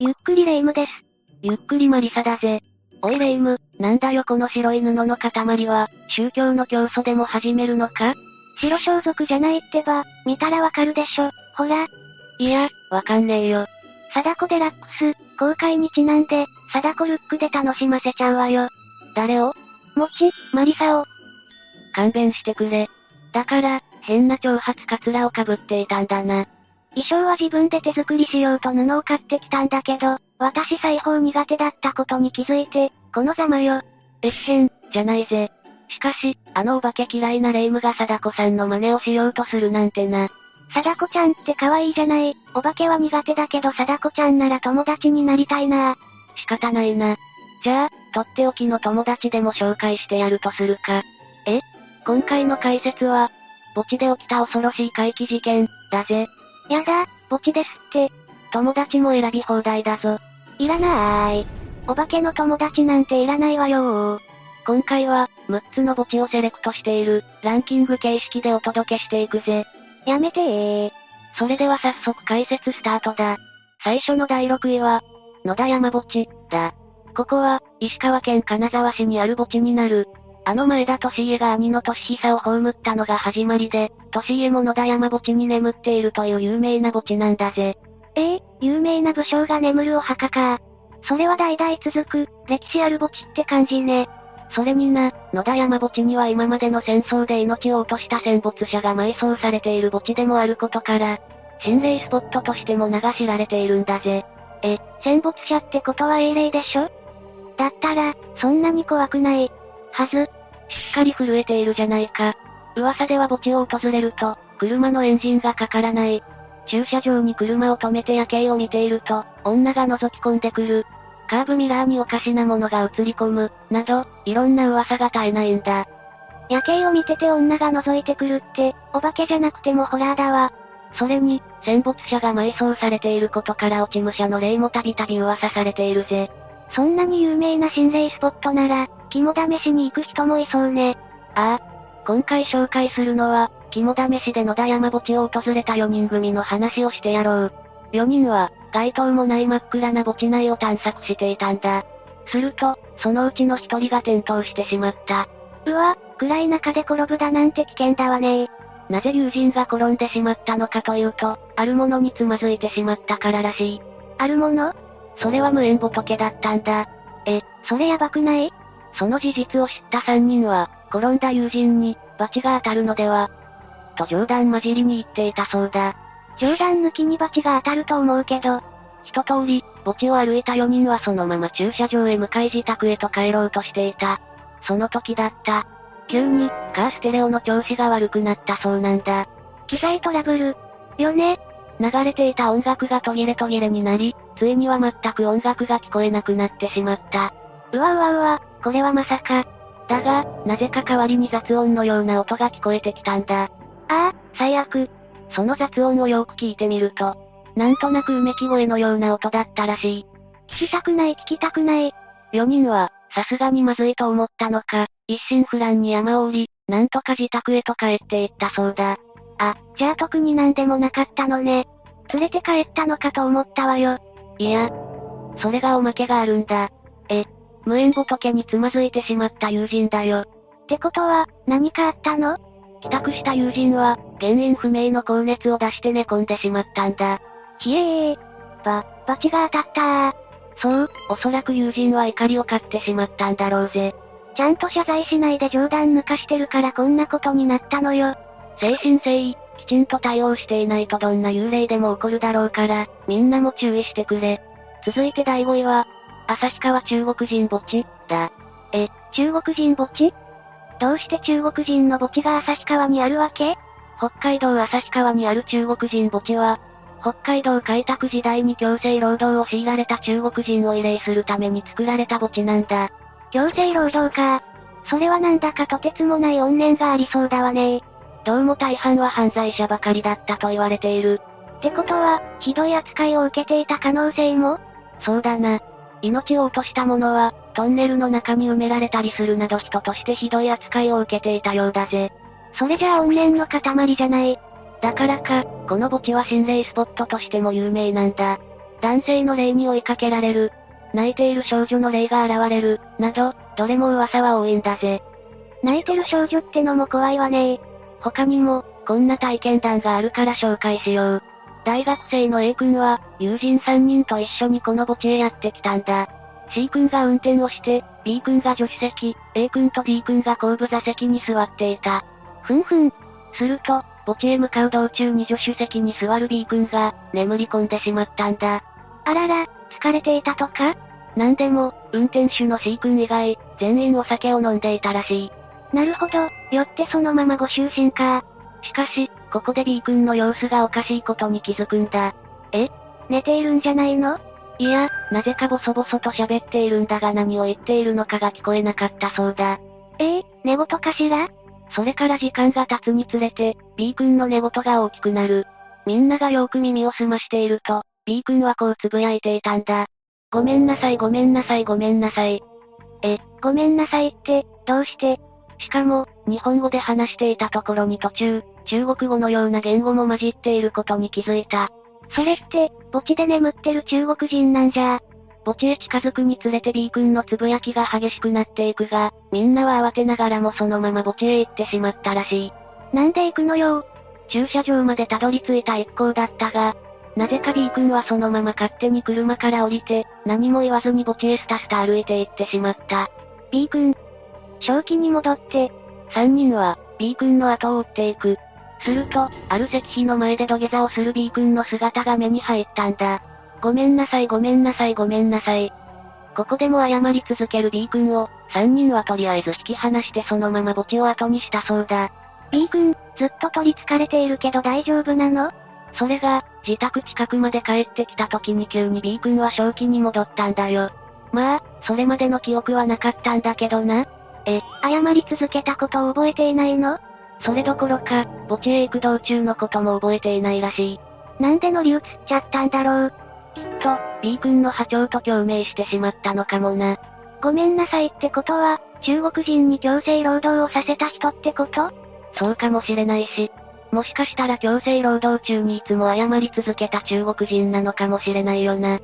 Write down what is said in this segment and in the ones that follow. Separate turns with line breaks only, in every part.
ゆっくりレ夢ムです。
ゆっくりマリサだぜ。おいレ夢ム、なんだよこの白い布の塊は、宗教の教祖でも始めるのか
白装束じゃないってば、見たらわかるでしょ。ほら、
いや、わかんねえよ。
貞子デラックス、公開にちなんで、貞子ルックで楽しませちゃうわよ。
誰を
もち、マリサを、
勘弁してくれ。だから、変な長髪カツラをかぶっていたんだな。
衣装は自分で手作りしようと布を買ってきたんだけど、私裁縫苦手だったことに気づいて、このざまよ。
えっへん、じゃないぜ。しかし、あのお化け嫌いなレ夢ムが貞子さんの真似をしようとするなんてな。
貞子ちゃんって可愛いじゃない。お化けは苦手だけど貞子ちゃんなら友達になりたいな
仕方ないな。じゃあ、とっておきの友達でも紹介してやるとするか。え今回の解説は、墓地で起きた恐ろしい怪奇事件、だぜ。
やだ、墓地ですって。
友達も選び放題だぞ。
いらなーい。お化けの友達なんていらないわよー。
今回は、6つの墓地をセレクトしている、ランキング形式でお届けしていくぜ。
やめてー。
それでは早速解説スタートだ。最初の第6位は、野田山墓地、だ。ここは、石川県金沢市にある墓地になる。あの前田利家が兄の利久を葬ったのが始まりで、利家も野田山墓地に眠っているという有名な墓地なんだぜ。
えー、有名な武将が眠るお墓か。それは代々続く、歴史ある墓地って感じね。
それにな、野田山墓地には今までの戦争で命を落とした戦没者が埋葬されている墓地でもあることから、心霊スポットとしても名が知られているんだぜ。
戦没者ってことは英霊でしょだったら、そんなに怖くない。はず、
しっかり震えているじゃないか。噂では墓地を訪れると、車のエンジンがかからない。駐車場に車を止めて夜景を見ていると、女が覗き込んでくる。カーブミラーにおかしなものが映り込む、など、いろんな噂が絶えないんだ。
夜景を見てて女が覗いてくるって、お化けじゃなくてもホラーだわ。
それに、戦没者が埋葬されていることから落ち武者の霊もたびたび噂されているぜ。
そんなに有名な心霊スポットなら、肝試しに行く人もいそうね。
ああ、今回紹介するのは、肝試しで野田山墓地を訪れた4人組の話をしてやろう。4人は、街灯もない真っ暗な墓地内を探索していたんだ。すると、そのうちの1人が転倒してしまった。
うわ、暗い中で転ぶだなんて危険だわね
なぜ友人が転んでしまったのかというと、あるものにつまずいてしまったかららしい。
あるもの
それは無縁仏だったんだ。
それやばくない
その事実を知った3人は、転んだ友人に、罰が当たるのでは、と冗談交じりに言っていたそうだ。
冗談抜きに罰が当たると思うけど、
一通り、墓地を歩いた4人はそのまま駐車場へ向かい自宅へと帰ろうとしていた。その時だった。急に、カーステレオの調子が悪くなったそうなんだ。
機材トラブル。よね、
流れていた音楽が途切れ途切れになり、ついには全く音楽が聞こえなくなってしまった。
うわうわうわ、これはまさか、
だが、なぜか代わりに雑音のような音が聞こえてきたんだ。
ああ、最悪。
その雑音をよく聞いてみると、なんとなくうめき声のような音だったらしい。
聞きたくない聞きたくない。
4人は、さすがにまずいと思ったのか、一心不乱に山を降り、なんとか自宅へと帰っていったそうだ。
じゃあ特になんでもなかったのね。連れて帰ったのかと思ったわよ。
いや、それがおまけがあるんだ。え、無縁仏につまずいてしまった友人だよ。
ってことは、何かあったの
帰宅した友人は、原因不明の高熱を出して寝込んでしまったんだ。
ひえー。ば、罰が当たったー。
そう、おそらく友人は怒りを買ってしまったんだろうぜ。
ちゃんと謝罪しないで冗談抜かしてるからこんなことになったのよ。
精神誠意、きちんと対応していないとどんな幽霊でも起こるだろうから、みんなも注意してくれ。続いて第5位は、旭川中国人墓地、だ。
中国人墓地どうして中国人の墓地が旭川にあるわけ
北海道旭川にある中国人墓地は、北海道開拓時代に強制労働を強いられた中国人を慰霊するために作られた墓地なんだ。
強制労働か。それはなんだかとてつもない怨念がありそうだわね
どうも大半は犯罪者ばかりだったと言われている。
ってことは、ひどい扱いを受けていた可能性も
そうだな。命を落とした者は、トンネルの中に埋められたりするなど人としてひどい扱いを受けていたようだぜ。
それじゃあ怨念の塊じゃない。
だからか、この墓地は心霊スポットとしても有名なんだ。男性の霊に追いかけられる、泣いている少女の霊が現れる、など、どれも噂は多いんだぜ。
泣いてる少女ってのも怖いわねー。
他にも、こんな体験談があるから紹介しよう。大学生の A 君は、友人3人と一緒にこの墓地へやってきたんだ。C 君が運転をして、B 君が助手席、A 君と D 君が後部座席に座っていた。
ふんふん、
すると、墓地へ向かう道中に助手席に座る B 君が、眠り込んでしまったんだ。
あらら、疲れていたとか
なんでも、運転手の C 君以外、全員お酒を飲んでいたらしい。
なるほど、よってそのままご就寝か。
しかし、ここで B 君の様子がおかしいことに気づくんだ。
寝ているんじゃないの
いや、なぜかボソボソと喋っているんだが何を言っているのかが聞こえなかったそうだ。
ええ寝言かしら
それから時間が経つにつれて、B 君の寝言が大きくなる。みんながよく耳を澄ましていると、B 君はこうつぶやいていたんだ。ごめんなさいごめんなさいごめんなさい。
ごめんなさいって、どうして、
しかも、日本語で話していたところに途中、中国語のような言語も混じっていることに気づいた。
それって、墓地で眠ってる中国人なんじゃ。
墓地へ近づくにつれて B 君のつぶやきが激しくなっていくが、みんなは慌てながらもそのまま墓地へ行ってしまったらしい。
なんで行くのよ。
駐車場までたどり着いた一行だったが、なぜか B 君はそのまま勝手に車から降りて、何も言わずに墓地へスタスタ歩いて行ってしまった。
B 君。正気に戻って、
3人は、B 君の後を追っていく。すると、ある石碑の前で土下座をする B 君の姿が目に入ったんだ。ごめんなさいごめんなさいごめんなさい。ここでも謝り続ける B 君を、3人はとりあえず引き離してそのまま墓地を後にしたそうだ。
B 君、ずっと取り憑かれているけど大丈夫なの
それが、自宅近くまで帰ってきた時に急に B 君は正気に戻ったんだよ。まあ、それまでの記憶はなかったんだけどな。
謝り続けたことを覚えていないの
それどころか、墓地へ行く道中のことも覚えていないらしい。
なんで乗り移っちゃったんだろう。
と、B 君の波長と共鳴してしまったのかもな。
ごめんなさいってことは、中国人に強制労働をさせた人ってこと
そうかもしれないし、もしかしたら強制労働中にいつも謝り続けた中国人なのかもしれないよな。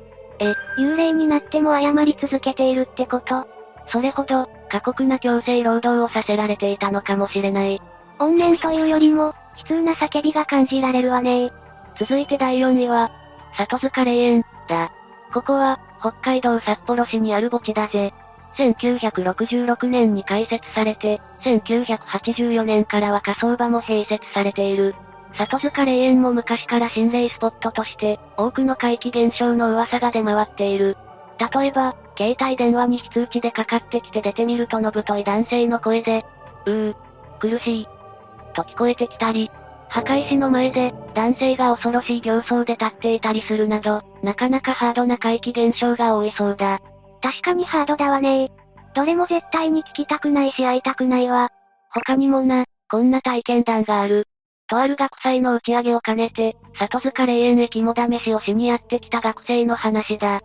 幽霊になっても謝り続けているってこと
それほど、過酷な強制労働をさせられていたのかもしれない。
怨念というよりも、悲痛な叫びが感じられるわね
続いて第4位は、里塚霊園、だ。ここは、北海道札幌市にある墓地だぜ。1966年に開設されて、1984年からは火葬場も併設されている。里塚霊園も昔から心霊スポットとして、多くの怪奇現象の噂が出回っている。例えば、携帯電話に非通知でかかってきて出てみるとの太い男性の声で、うー、苦しい、と聞こえてきたり、墓石の前で、男性が恐ろしい形相で立っていたりするなど、なかなかハードな怪奇現象が多いそうだ。
確かにハードだわねどれも絶対に聞きたくないし会いたくないわ。
他にもな、こんな体験談がある。とある学祭の打ち上げを兼ねて、里塚霊園へ肝試しをしにやってきた学生の話だ。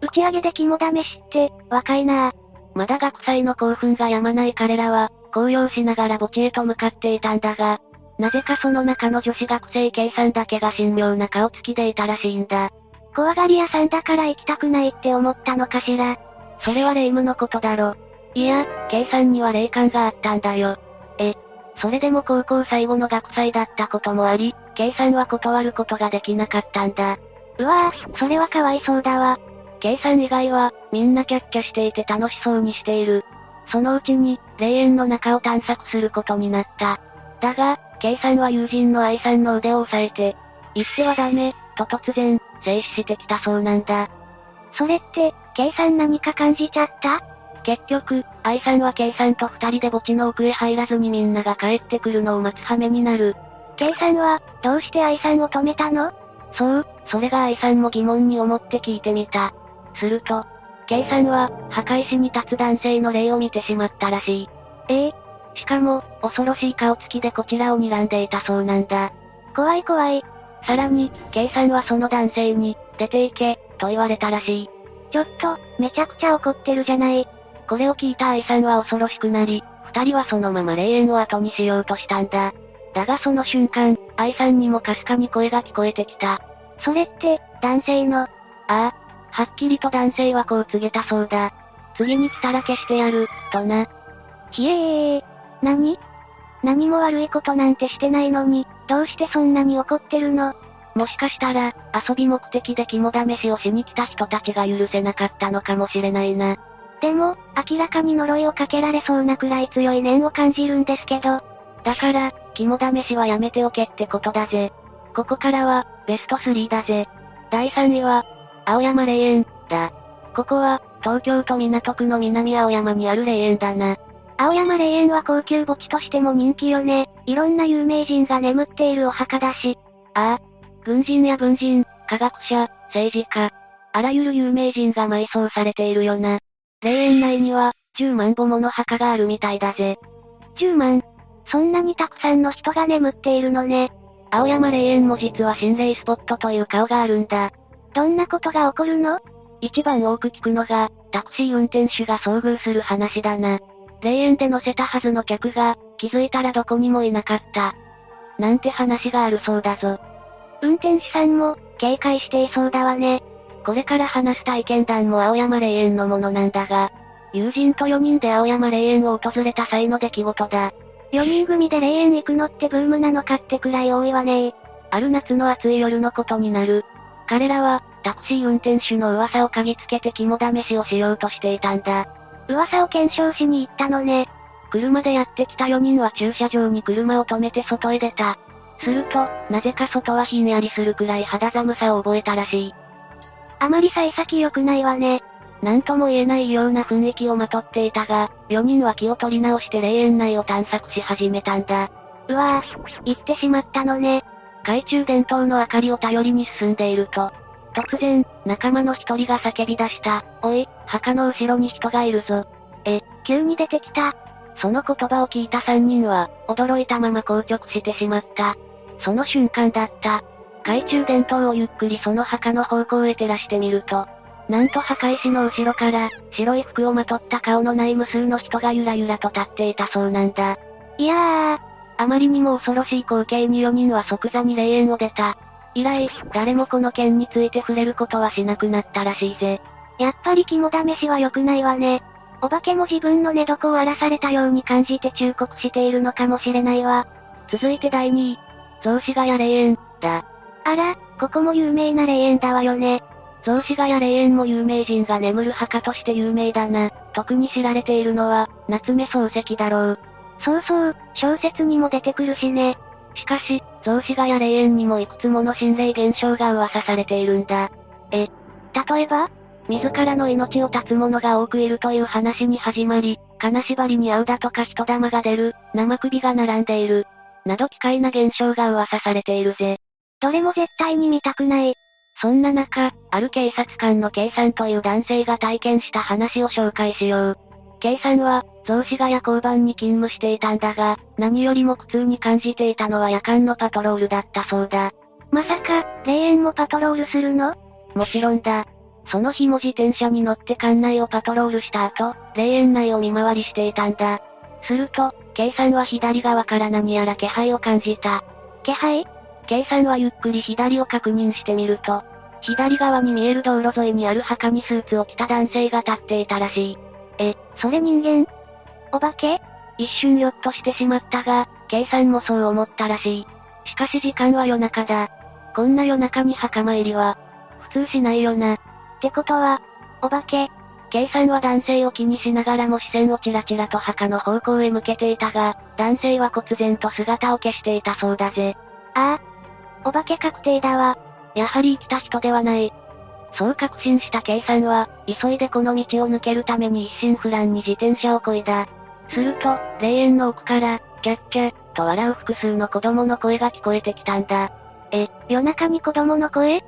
打ち上げで肝試しって、若いなぁ。
まだ学祭の興奮が止まない彼らは、高揚しながら墓地へと向かっていたんだが、なぜかその中の女子学生 K さんだけが神妙な顔つきでいたらしいんだ。
怖がり屋さんだから行きたくないって思ったのかしら。
それは霊夢のことだろ。いや、K さんには霊感があったんだよ。え、それでも高校最後の学祭だったこともあり、K さんは断ることができなかったんだ。
うわぁ、それはかわいそうだわ。
K さん以外は、みんなキャッキャしていて楽しそうにしている。そのうちに、霊園の中を探索することになった。だが、K さんは友人の愛さんの腕を押さえて、行ってはダメ、と突然、制止してきたそうなんだ。
それって、計算何か感じちゃった
結局、愛さんは K さんと二人で墓地の奥へ入らずにみんなが帰ってくるのを待つ羽目になる。
計算は、どうして愛さんを止めたの
そう、それが愛さんも疑問に思って聞いてみた。すると、K さんは、墓石に立つ男性の霊を見てしまったらしい。
ええ
しかも、恐ろしい顔つきでこちらを睨んでいたそうなんだ。
怖い怖い。
さらに、K さんはその男性に、出て行け、と言われたらしい。
ちょっと、めちゃくちゃ怒ってるじゃない。
これを聞いた愛さんは恐ろしくなり、二人はそのまま霊園を後にしようとしたんだ。だがその瞬間、愛さんにもかすかに声が聞こえてきた。
それって、男性の、
ああ、はっきりと男性はこう告げたそうだ。次に来たら消してやる、とな。
ひえー。何何も悪いことなんてしてないのに、どうしてそんなに怒ってるの
もしかしたら、遊び目的で肝試しをしに来た人たちが許せなかったのかもしれないな。
でも、明らかに呪いをかけられそうなくらい強い念を感じるんですけど。
だから、肝試しはやめておけってことだぜ。ここからは、ベスト3だぜ。第3位は、青山霊園、だ。ここは、東京都港区の南青山にある霊園だな。
青山霊園は高級墓地としても人気よね。いろんな有名人が眠っているお墓だし。
ああ。軍人や文人、科学者、政治家。あらゆる有名人が埋葬されているよな。霊園内には、10万歩もの墓があるみたいだぜ。
10万そんなにたくさんの人が眠っているのね。
青山霊園も実は心霊スポットという顔があるんだ。
どんなことが起こるの
一番多く聞くのが、タクシー運転手が遭遇する話だな。霊園で乗せたはずの客が、気づいたらどこにもいなかった。なんて話があるそうだぞ。
運転手さんも、警戒していそうだわね。
これから話す体験談も青山霊園のものなんだが、友人と4人で青山霊園を訪れた際の出来事だ。
4人組で霊園行くのってブームなのかってくらい多いわね
ある夏の暑い夜のことになる。彼らは、タクシー運転手の噂を嗅ぎつけて肝試しをしようとしていたんだ。
噂を検証しに行ったのね。
車でやってきた4人は駐車場に車を止めて外へ出た。すると、なぜか外はひんやりするくらい肌寒さを覚えたらしい。
あまり幸先良くないわね。
なんとも言えない異様な雰囲気をまとっていたが、4人は気を取り直して霊園内を探索し始めたんだ。
うわぁ、行ってしまったのね。
懐中電灯の明かりを頼りに進んでいると、突然、仲間の一人が叫び出した。おい、墓の後ろに人がいるぞ。
え、急に出てきた。
その言葉を聞いた三人は、驚いたまま硬直してしまった。その瞬間だった。懐中電灯をゆっくりその墓の方向へ照らしてみると、なんと墓石の後ろから、白い服をまとった顔のない無数の人がゆらゆらと立っていたそうなんだ。
いやー。
あまりにも恐ろしい光景に4人は即座に霊園を出た。以来、誰もこの件について触れることはしなくなったらしいぜ。
やっぱり肝試しは良くないわね。お化けも自分の寝床を荒らされたように感じて忠告しているのかもしれないわ。
続いて第2位。雑司ヶ谷霊園、だ。
あら、ここも有名な霊園だわよね。
雑司ヶ谷霊園も有名人が眠る墓として有名だな。特に知られているのは、夏目漱石だろう。
そうそう、小説にも出てくるしね。
しかし、雑司ヶ谷霊園にもいくつもの心霊現象が噂されているんだ。
え、例えば
自らの命を絶つ者が多くいるという話に始まり、金縛りに遭うだとか人玉が出る、生首が並んでいる、など奇怪な現象が噂されているぜ。
どれも絶対に見たくない。
そんな中、ある警察官の K さんという男性が体験した話を紹介しよう。K さんは、雑司ヶ谷交番に勤務していたんだが、何よりも苦痛に感じていたのは夜間のパトロールだったそうだ。
まさか、霊園もパトロールするの
もちろんだ。その日も自転車に乗って館内をパトロールした後、霊園内を見回りしていたんだ。すると、K さんは左側から何やら気配を感じた。
気配
?K さんはゆっくり左を確認してみると、左側に見える道路沿いにある墓にスーツを着た男性が立っていたらしい。
え、それ人間お化け
一瞬よっとしてしまったが、K さんもそう思ったらしい。しかし時間は夜中だ。こんな夜中に墓参りは、普通しないよな。
ってことは、お化け
K さんは男性を気にしながらも視線をちらちらと墓の方向へ向けていたが、男性は忽然と姿を消していたそうだぜ。
ああ。お化け確定だわ。
やはり生きた人ではない。そう確信した K さんは、急いでこの道を抜けるために一心不乱に自転車をこいだ。すると、霊園の奥から、キャッキャ、と笑う複数の子供の声が聞こえてきたんだ。
え、夜中に子供の声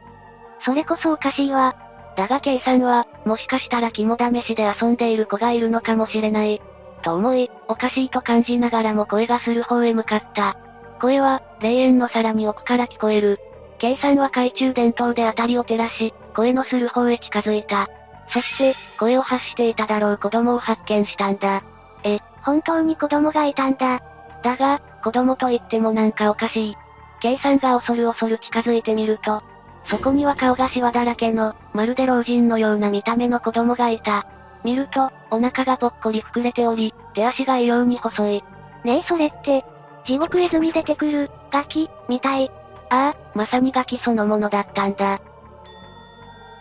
それこそおかしいわ。
だが K さんは、もしかしたら肝試しで遊んでいる子がいるのかもしれない。と思い、おかしいと感じながらも声がする方へ向かった。声は、霊園のさらに奥から聞こえる。K さんは懐中電灯で辺りを照らし、声のする方へ近づいた。そして、声を発していただろう子供を発見したんだ。
え、本当に子供がいたんだ。
だが、子供と言ってもなんかおかしい。K さんが恐る恐る近づいてみると、そこには顔がシワだらけの、まるで老人のような見た目の子供がいた。見ると、お腹がぽっこり膨れており、手足が異様に細い。
ねえそれって、地獄絵図に出てくる、ガキ、みたい。
ああ、まさにガキそのものだったんだ。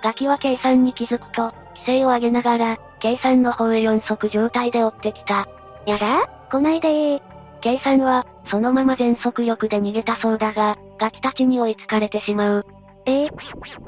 ガキは計算に気づくと、規制を上げながら、計算の方へ四足状態で追ってきた。
やだ来ないでー。
計算は、そのまま全速力で逃げたそうだが、ガキたちに追いつかれてしまう。
ええ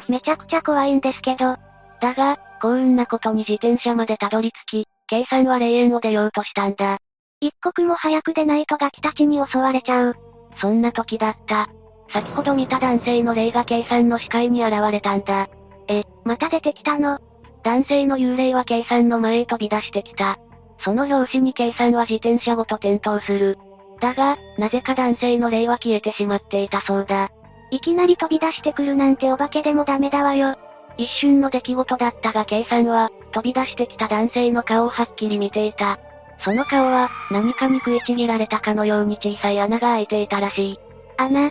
めちゃくちゃ怖いんですけど。
だが、幸運なことに自転車までたどり着き、計算は霊園を出ようとしたんだ。
一刻も早く出ないとガキたちに襲われちゃう。
そんな時だった。先ほど見た男性の霊が計算の視界に現れたんだ。
え、また出てきたの
男性の幽霊は計算の前へ飛び出してきた。その拍子に計算は自転車ごと転倒する。だが、なぜか男性の霊は消えてしまっていたそうだ。
いきなり飛び出してくるなんてお化けでもダメだわよ。
一瞬の出来事だったが計算は、飛び出してきた男性の顔をはっきり見ていた。その顔は、何かに食いちぎられたかのように小さい穴が開いていたらしい。
穴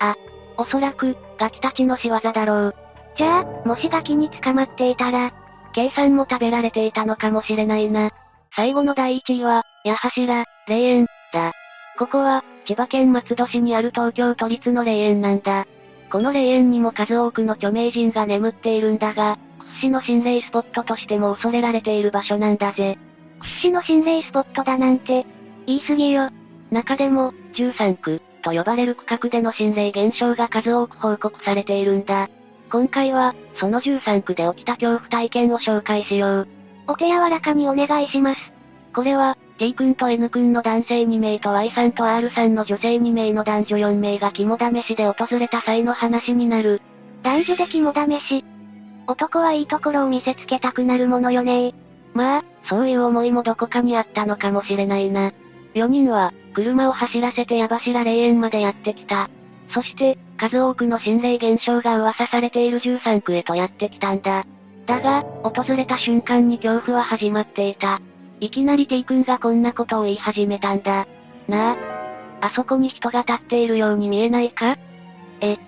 あ、おそらく、ガキたちの仕業だろう。
じゃあ、もしガキに捕まっていたら、
計算も食べられていたのかもしれないな。最後の第1位は、矢柱、霊園、だ。ここは、千葉県松戸市にある東京都立の霊園なんだ。この霊園にも数多くの著名人が眠っているんだが、屈指の心霊スポットとしても恐れられている場所なんだぜ。
屈指の心霊スポットだなんて、言い過ぎよ。
中でも、13区、と呼ばれる区画での心霊現象が数多く報告されているんだ。今回は、その13区で起きた恐怖体験を紹介しよう。
お手柔らかにお願いします。
これは、T 君と N 君の男性2名と Y さんと R さんの女性2名の男女4名が肝試しで訪れた際の話になる。
男女で肝試し。男はいいところを見せつけたくなるものよね
まあ、そういう思いもどこかにあったのかもしれないな。4人は、車を走らせて矢柱霊園までやってきた。そして、数多くの心霊現象が噂されている13区へとやってきたんだ。だが、訪れた瞬間に恐怖は始まっていた。いきなり T 君がこんなことを言い始めたんだ。なあ。あそこに人が立っているように見えないか
え。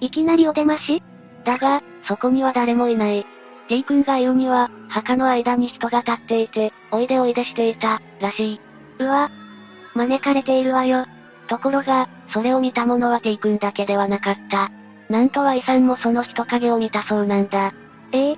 いきなりお出まし
だが、そこには誰もいない。T 君が言うには、墓の間に人が立っていて、おいでおいでしていた、らしい。
うわ。招かれているわよ。
ところが、それを見た者は T 君だけではなかった。なんと Y さんもその人影を見たそうなんだ。
ええ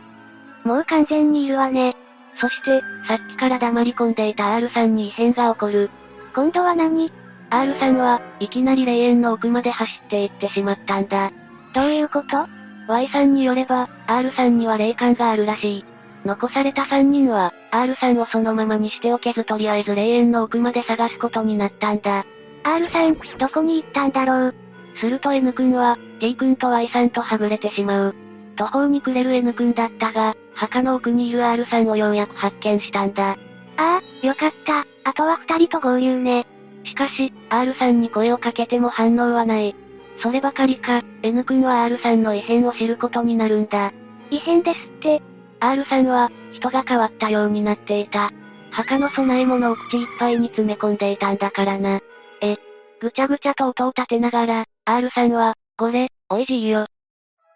もう完全にいるわね。
そして、さっきから黙り込んでいた R さんに異変が起こる。
今度は何
?R さんは、いきなり霊園の奥まで走っていってしまったんだ。
どういうこと
?Y さんによれば、R さんには霊感があるらしい。残された3人は、R さんをそのままにしておけずとりあえず霊園の奥まで探すことになったんだ。
R さん、どこに行ったんだろう
すると N 君は、T 君と Y さんとはぐれてしまう。途方に暮れる N 君だったが、墓の奥にいる R さんをようやく発見したんだ。
ああ、よかった。あとは二人と合流ね。
しかし、R さんに声をかけても反応はない。そればかりか、N 君は R さんの異変を知ることになるんだ。
異変ですって。
R さんは、人が変わったようになっていた。墓の供え物を口いっぱいに詰め込んでいたんだからな。え、ぐちゃぐちゃと音を立てながら、R さんは、これ、おいじいよ。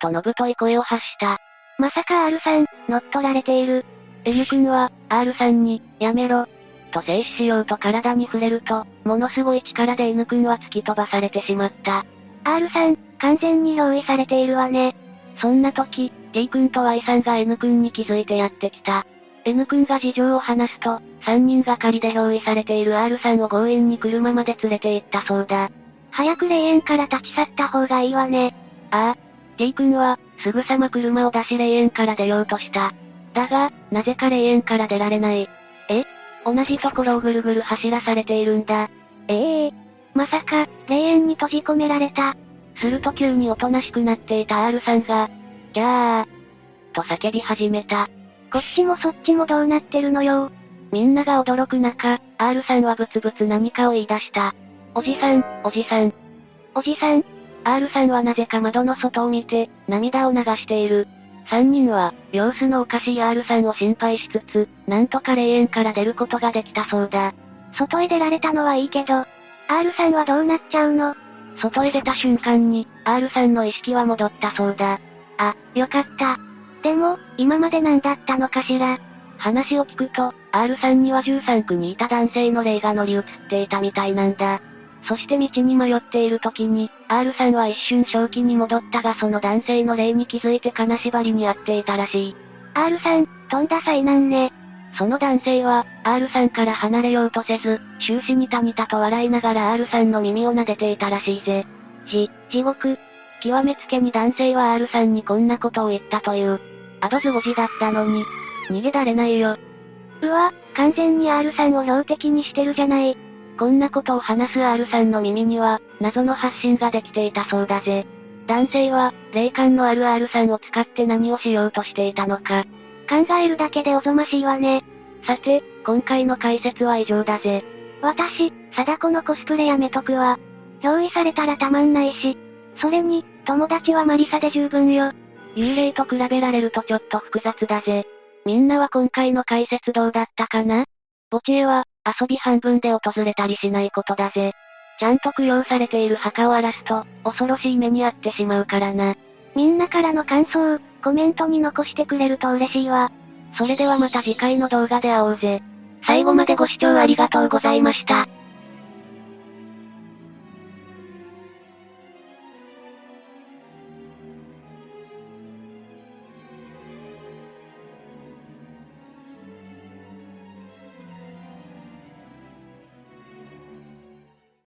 とのぶとい声を発した。
まさか R さん、乗っ取られている。
N 君は、R さんに、やめろ。と静止しようと体に触れると、ものすごい力で N 君は突き飛ばされてしまった。
R さん、完全に憑依されているわね。
そんな時、T 君と Y さんが N 君に気づいてやってきた。N 君が事情を話すと、3人がかりで憑依されている R さんを強引に車まで連れて行ったそうだ。
早く霊園から立ち去った方がいいわね。
ああ、T 君は、すぐさま車を出し霊園から出ようとした。だが、なぜか霊園から出られない。え同じところをぐるぐる走らされているんだ。
ええー、まさか、霊園に閉じ込められた。
すると急におとなしくなっていた R さんが、ギャー、と叫び始めた。
こっちもそっちもどうなってるのよ。
みんなが驚く中、R さんはブツブツ何かを言い出した。おじさん、おじさん。
おじさん
R さんはなぜか窓の外を見て、涙を流している。3人は、様子のおかしい R さんを心配しつつ、なんとか霊園から出ることができたそうだ。
外へ出られたのはいいけど、R さんはどうなっちゃうの
外へ出た瞬間に、 R さんの意識は戻ったそうだ。
あ、よかった。でも、今まで何だったのかしら。
話を聞くと、R さんには13区にいた男性の霊が乗り移っていたみたいなんだ。そして道に迷っている時に、R さんは一瞬正気に戻ったがその男性の霊に気づいて金縛りに遭っていたらしい。
R さん、とんだ災難ね。
その男性は、R さんから離れようとせず、終始にたにたと笑いながら R さんの耳を撫でていたらしいぜ。
じ、地獄。
極めつけに男性は R さんにこんなことを言ったという。アドズ5時だったのに、逃げられないよ。
うわ、完全に R さんを標的にしてるじゃない。
こんなことを話す R さんの耳には、謎の発信ができていたそうだぜ。男性は、霊感のある R さんを使って何をしようとしていたのか。
考えるだけでおぞましいわね。
さて、今回の解説は以上だぜ。
私、貞子のコスプレやめとくわ。憑依されたらたまんないし。それに、友達はマリサで十分よ。
幽霊と比べられるとちょっと複雑だぜ。みんなは今回の解説どうだったかな墓地へは、遊び半分で訪れたりしないことだぜ。ちゃんと供養されている墓を荒らすと、恐ろしい目に遭ってしまうからな。
みんなからの感想、コメントに残してくれると嬉しいわ。
それではまた次回の動画で会おうぜ。
最後までご視聴ありがとうございました。